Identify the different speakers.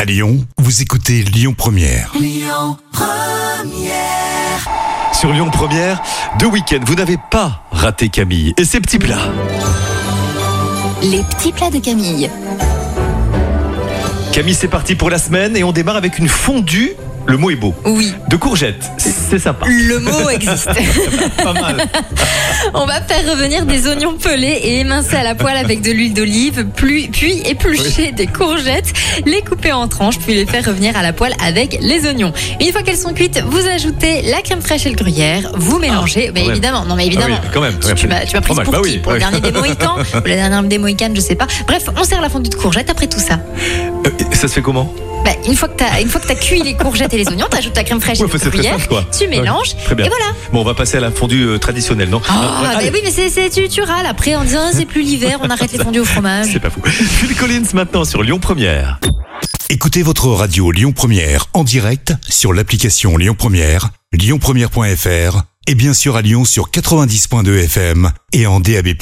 Speaker 1: À Lyon, vous écoutez Lyon Première.
Speaker 2: sur Lyon Première. Deux week-ends, vous n'avez pas raté Camille et ses petits plats.
Speaker 3: Les petits plats de Camille.
Speaker 2: Camille, c'est parti pour la semaine et on démarre avec une fondue. Le mot est beau.
Speaker 3: Oui,
Speaker 2: De courgettes, c'est sympa.
Speaker 3: le mot existe.
Speaker 2: Pas mal.
Speaker 3: On va faire revenir des oignons pelés et émincés à la poêle avec de l'huile d'olive, plus- puis éplucher des courgettes, les couper en tranches, puis les faire revenir à la poêle avec les oignons. Une fois qu'elles sont cuites, vous ajoutez la crème fraîche et le gruyère, vous mélangez, bah,
Speaker 2: Ah, quand même.
Speaker 3: évidemment, non mais évidemment,
Speaker 2: Ah oui, quand même, quand
Speaker 3: tu, tu
Speaker 2: même.
Speaker 3: m'as tu m'as prise
Speaker 2: Fromage,
Speaker 3: pour
Speaker 2: bah
Speaker 3: qui
Speaker 2: oui,
Speaker 3: Pour le
Speaker 2: ouais.
Speaker 3: dernier des Mohicans Ou la dernière des Mohicanes, je sais pas. Bref, on sert la fondue de courgettes après tout ça.
Speaker 2: Euh, Ça se fait comment
Speaker 3: Bah, une fois que t'as une fois que t'as cuit les courgettes et les oignons, t'ajoutes la crème fraîche
Speaker 2: Ouais,
Speaker 3: et
Speaker 2: enfin,
Speaker 3: le
Speaker 2: c'est très
Speaker 3: gruyère,
Speaker 2: simple, quoi.
Speaker 3: tu mélanges
Speaker 2: Très bien.
Speaker 3: et voilà.
Speaker 2: Bon, on va passer à la fondue euh, traditionnelle, non
Speaker 3: Ah,
Speaker 2: Ouais,
Speaker 3: bah
Speaker 2: allez.
Speaker 3: oui, mais c'est, c'est- tu, tu râles. Après, en disant, c'est plus l'hiver, on arrête les fondues au fromage.
Speaker 2: C'est pas fou. Phil Collins maintenant sur Lyon Première.
Speaker 1: Écoutez votre radio Lyon Première en direct sur l'application Lyon Première, lyonpremière.fr et bien sûr à Lyon sur 90.2 FM et en DAB+.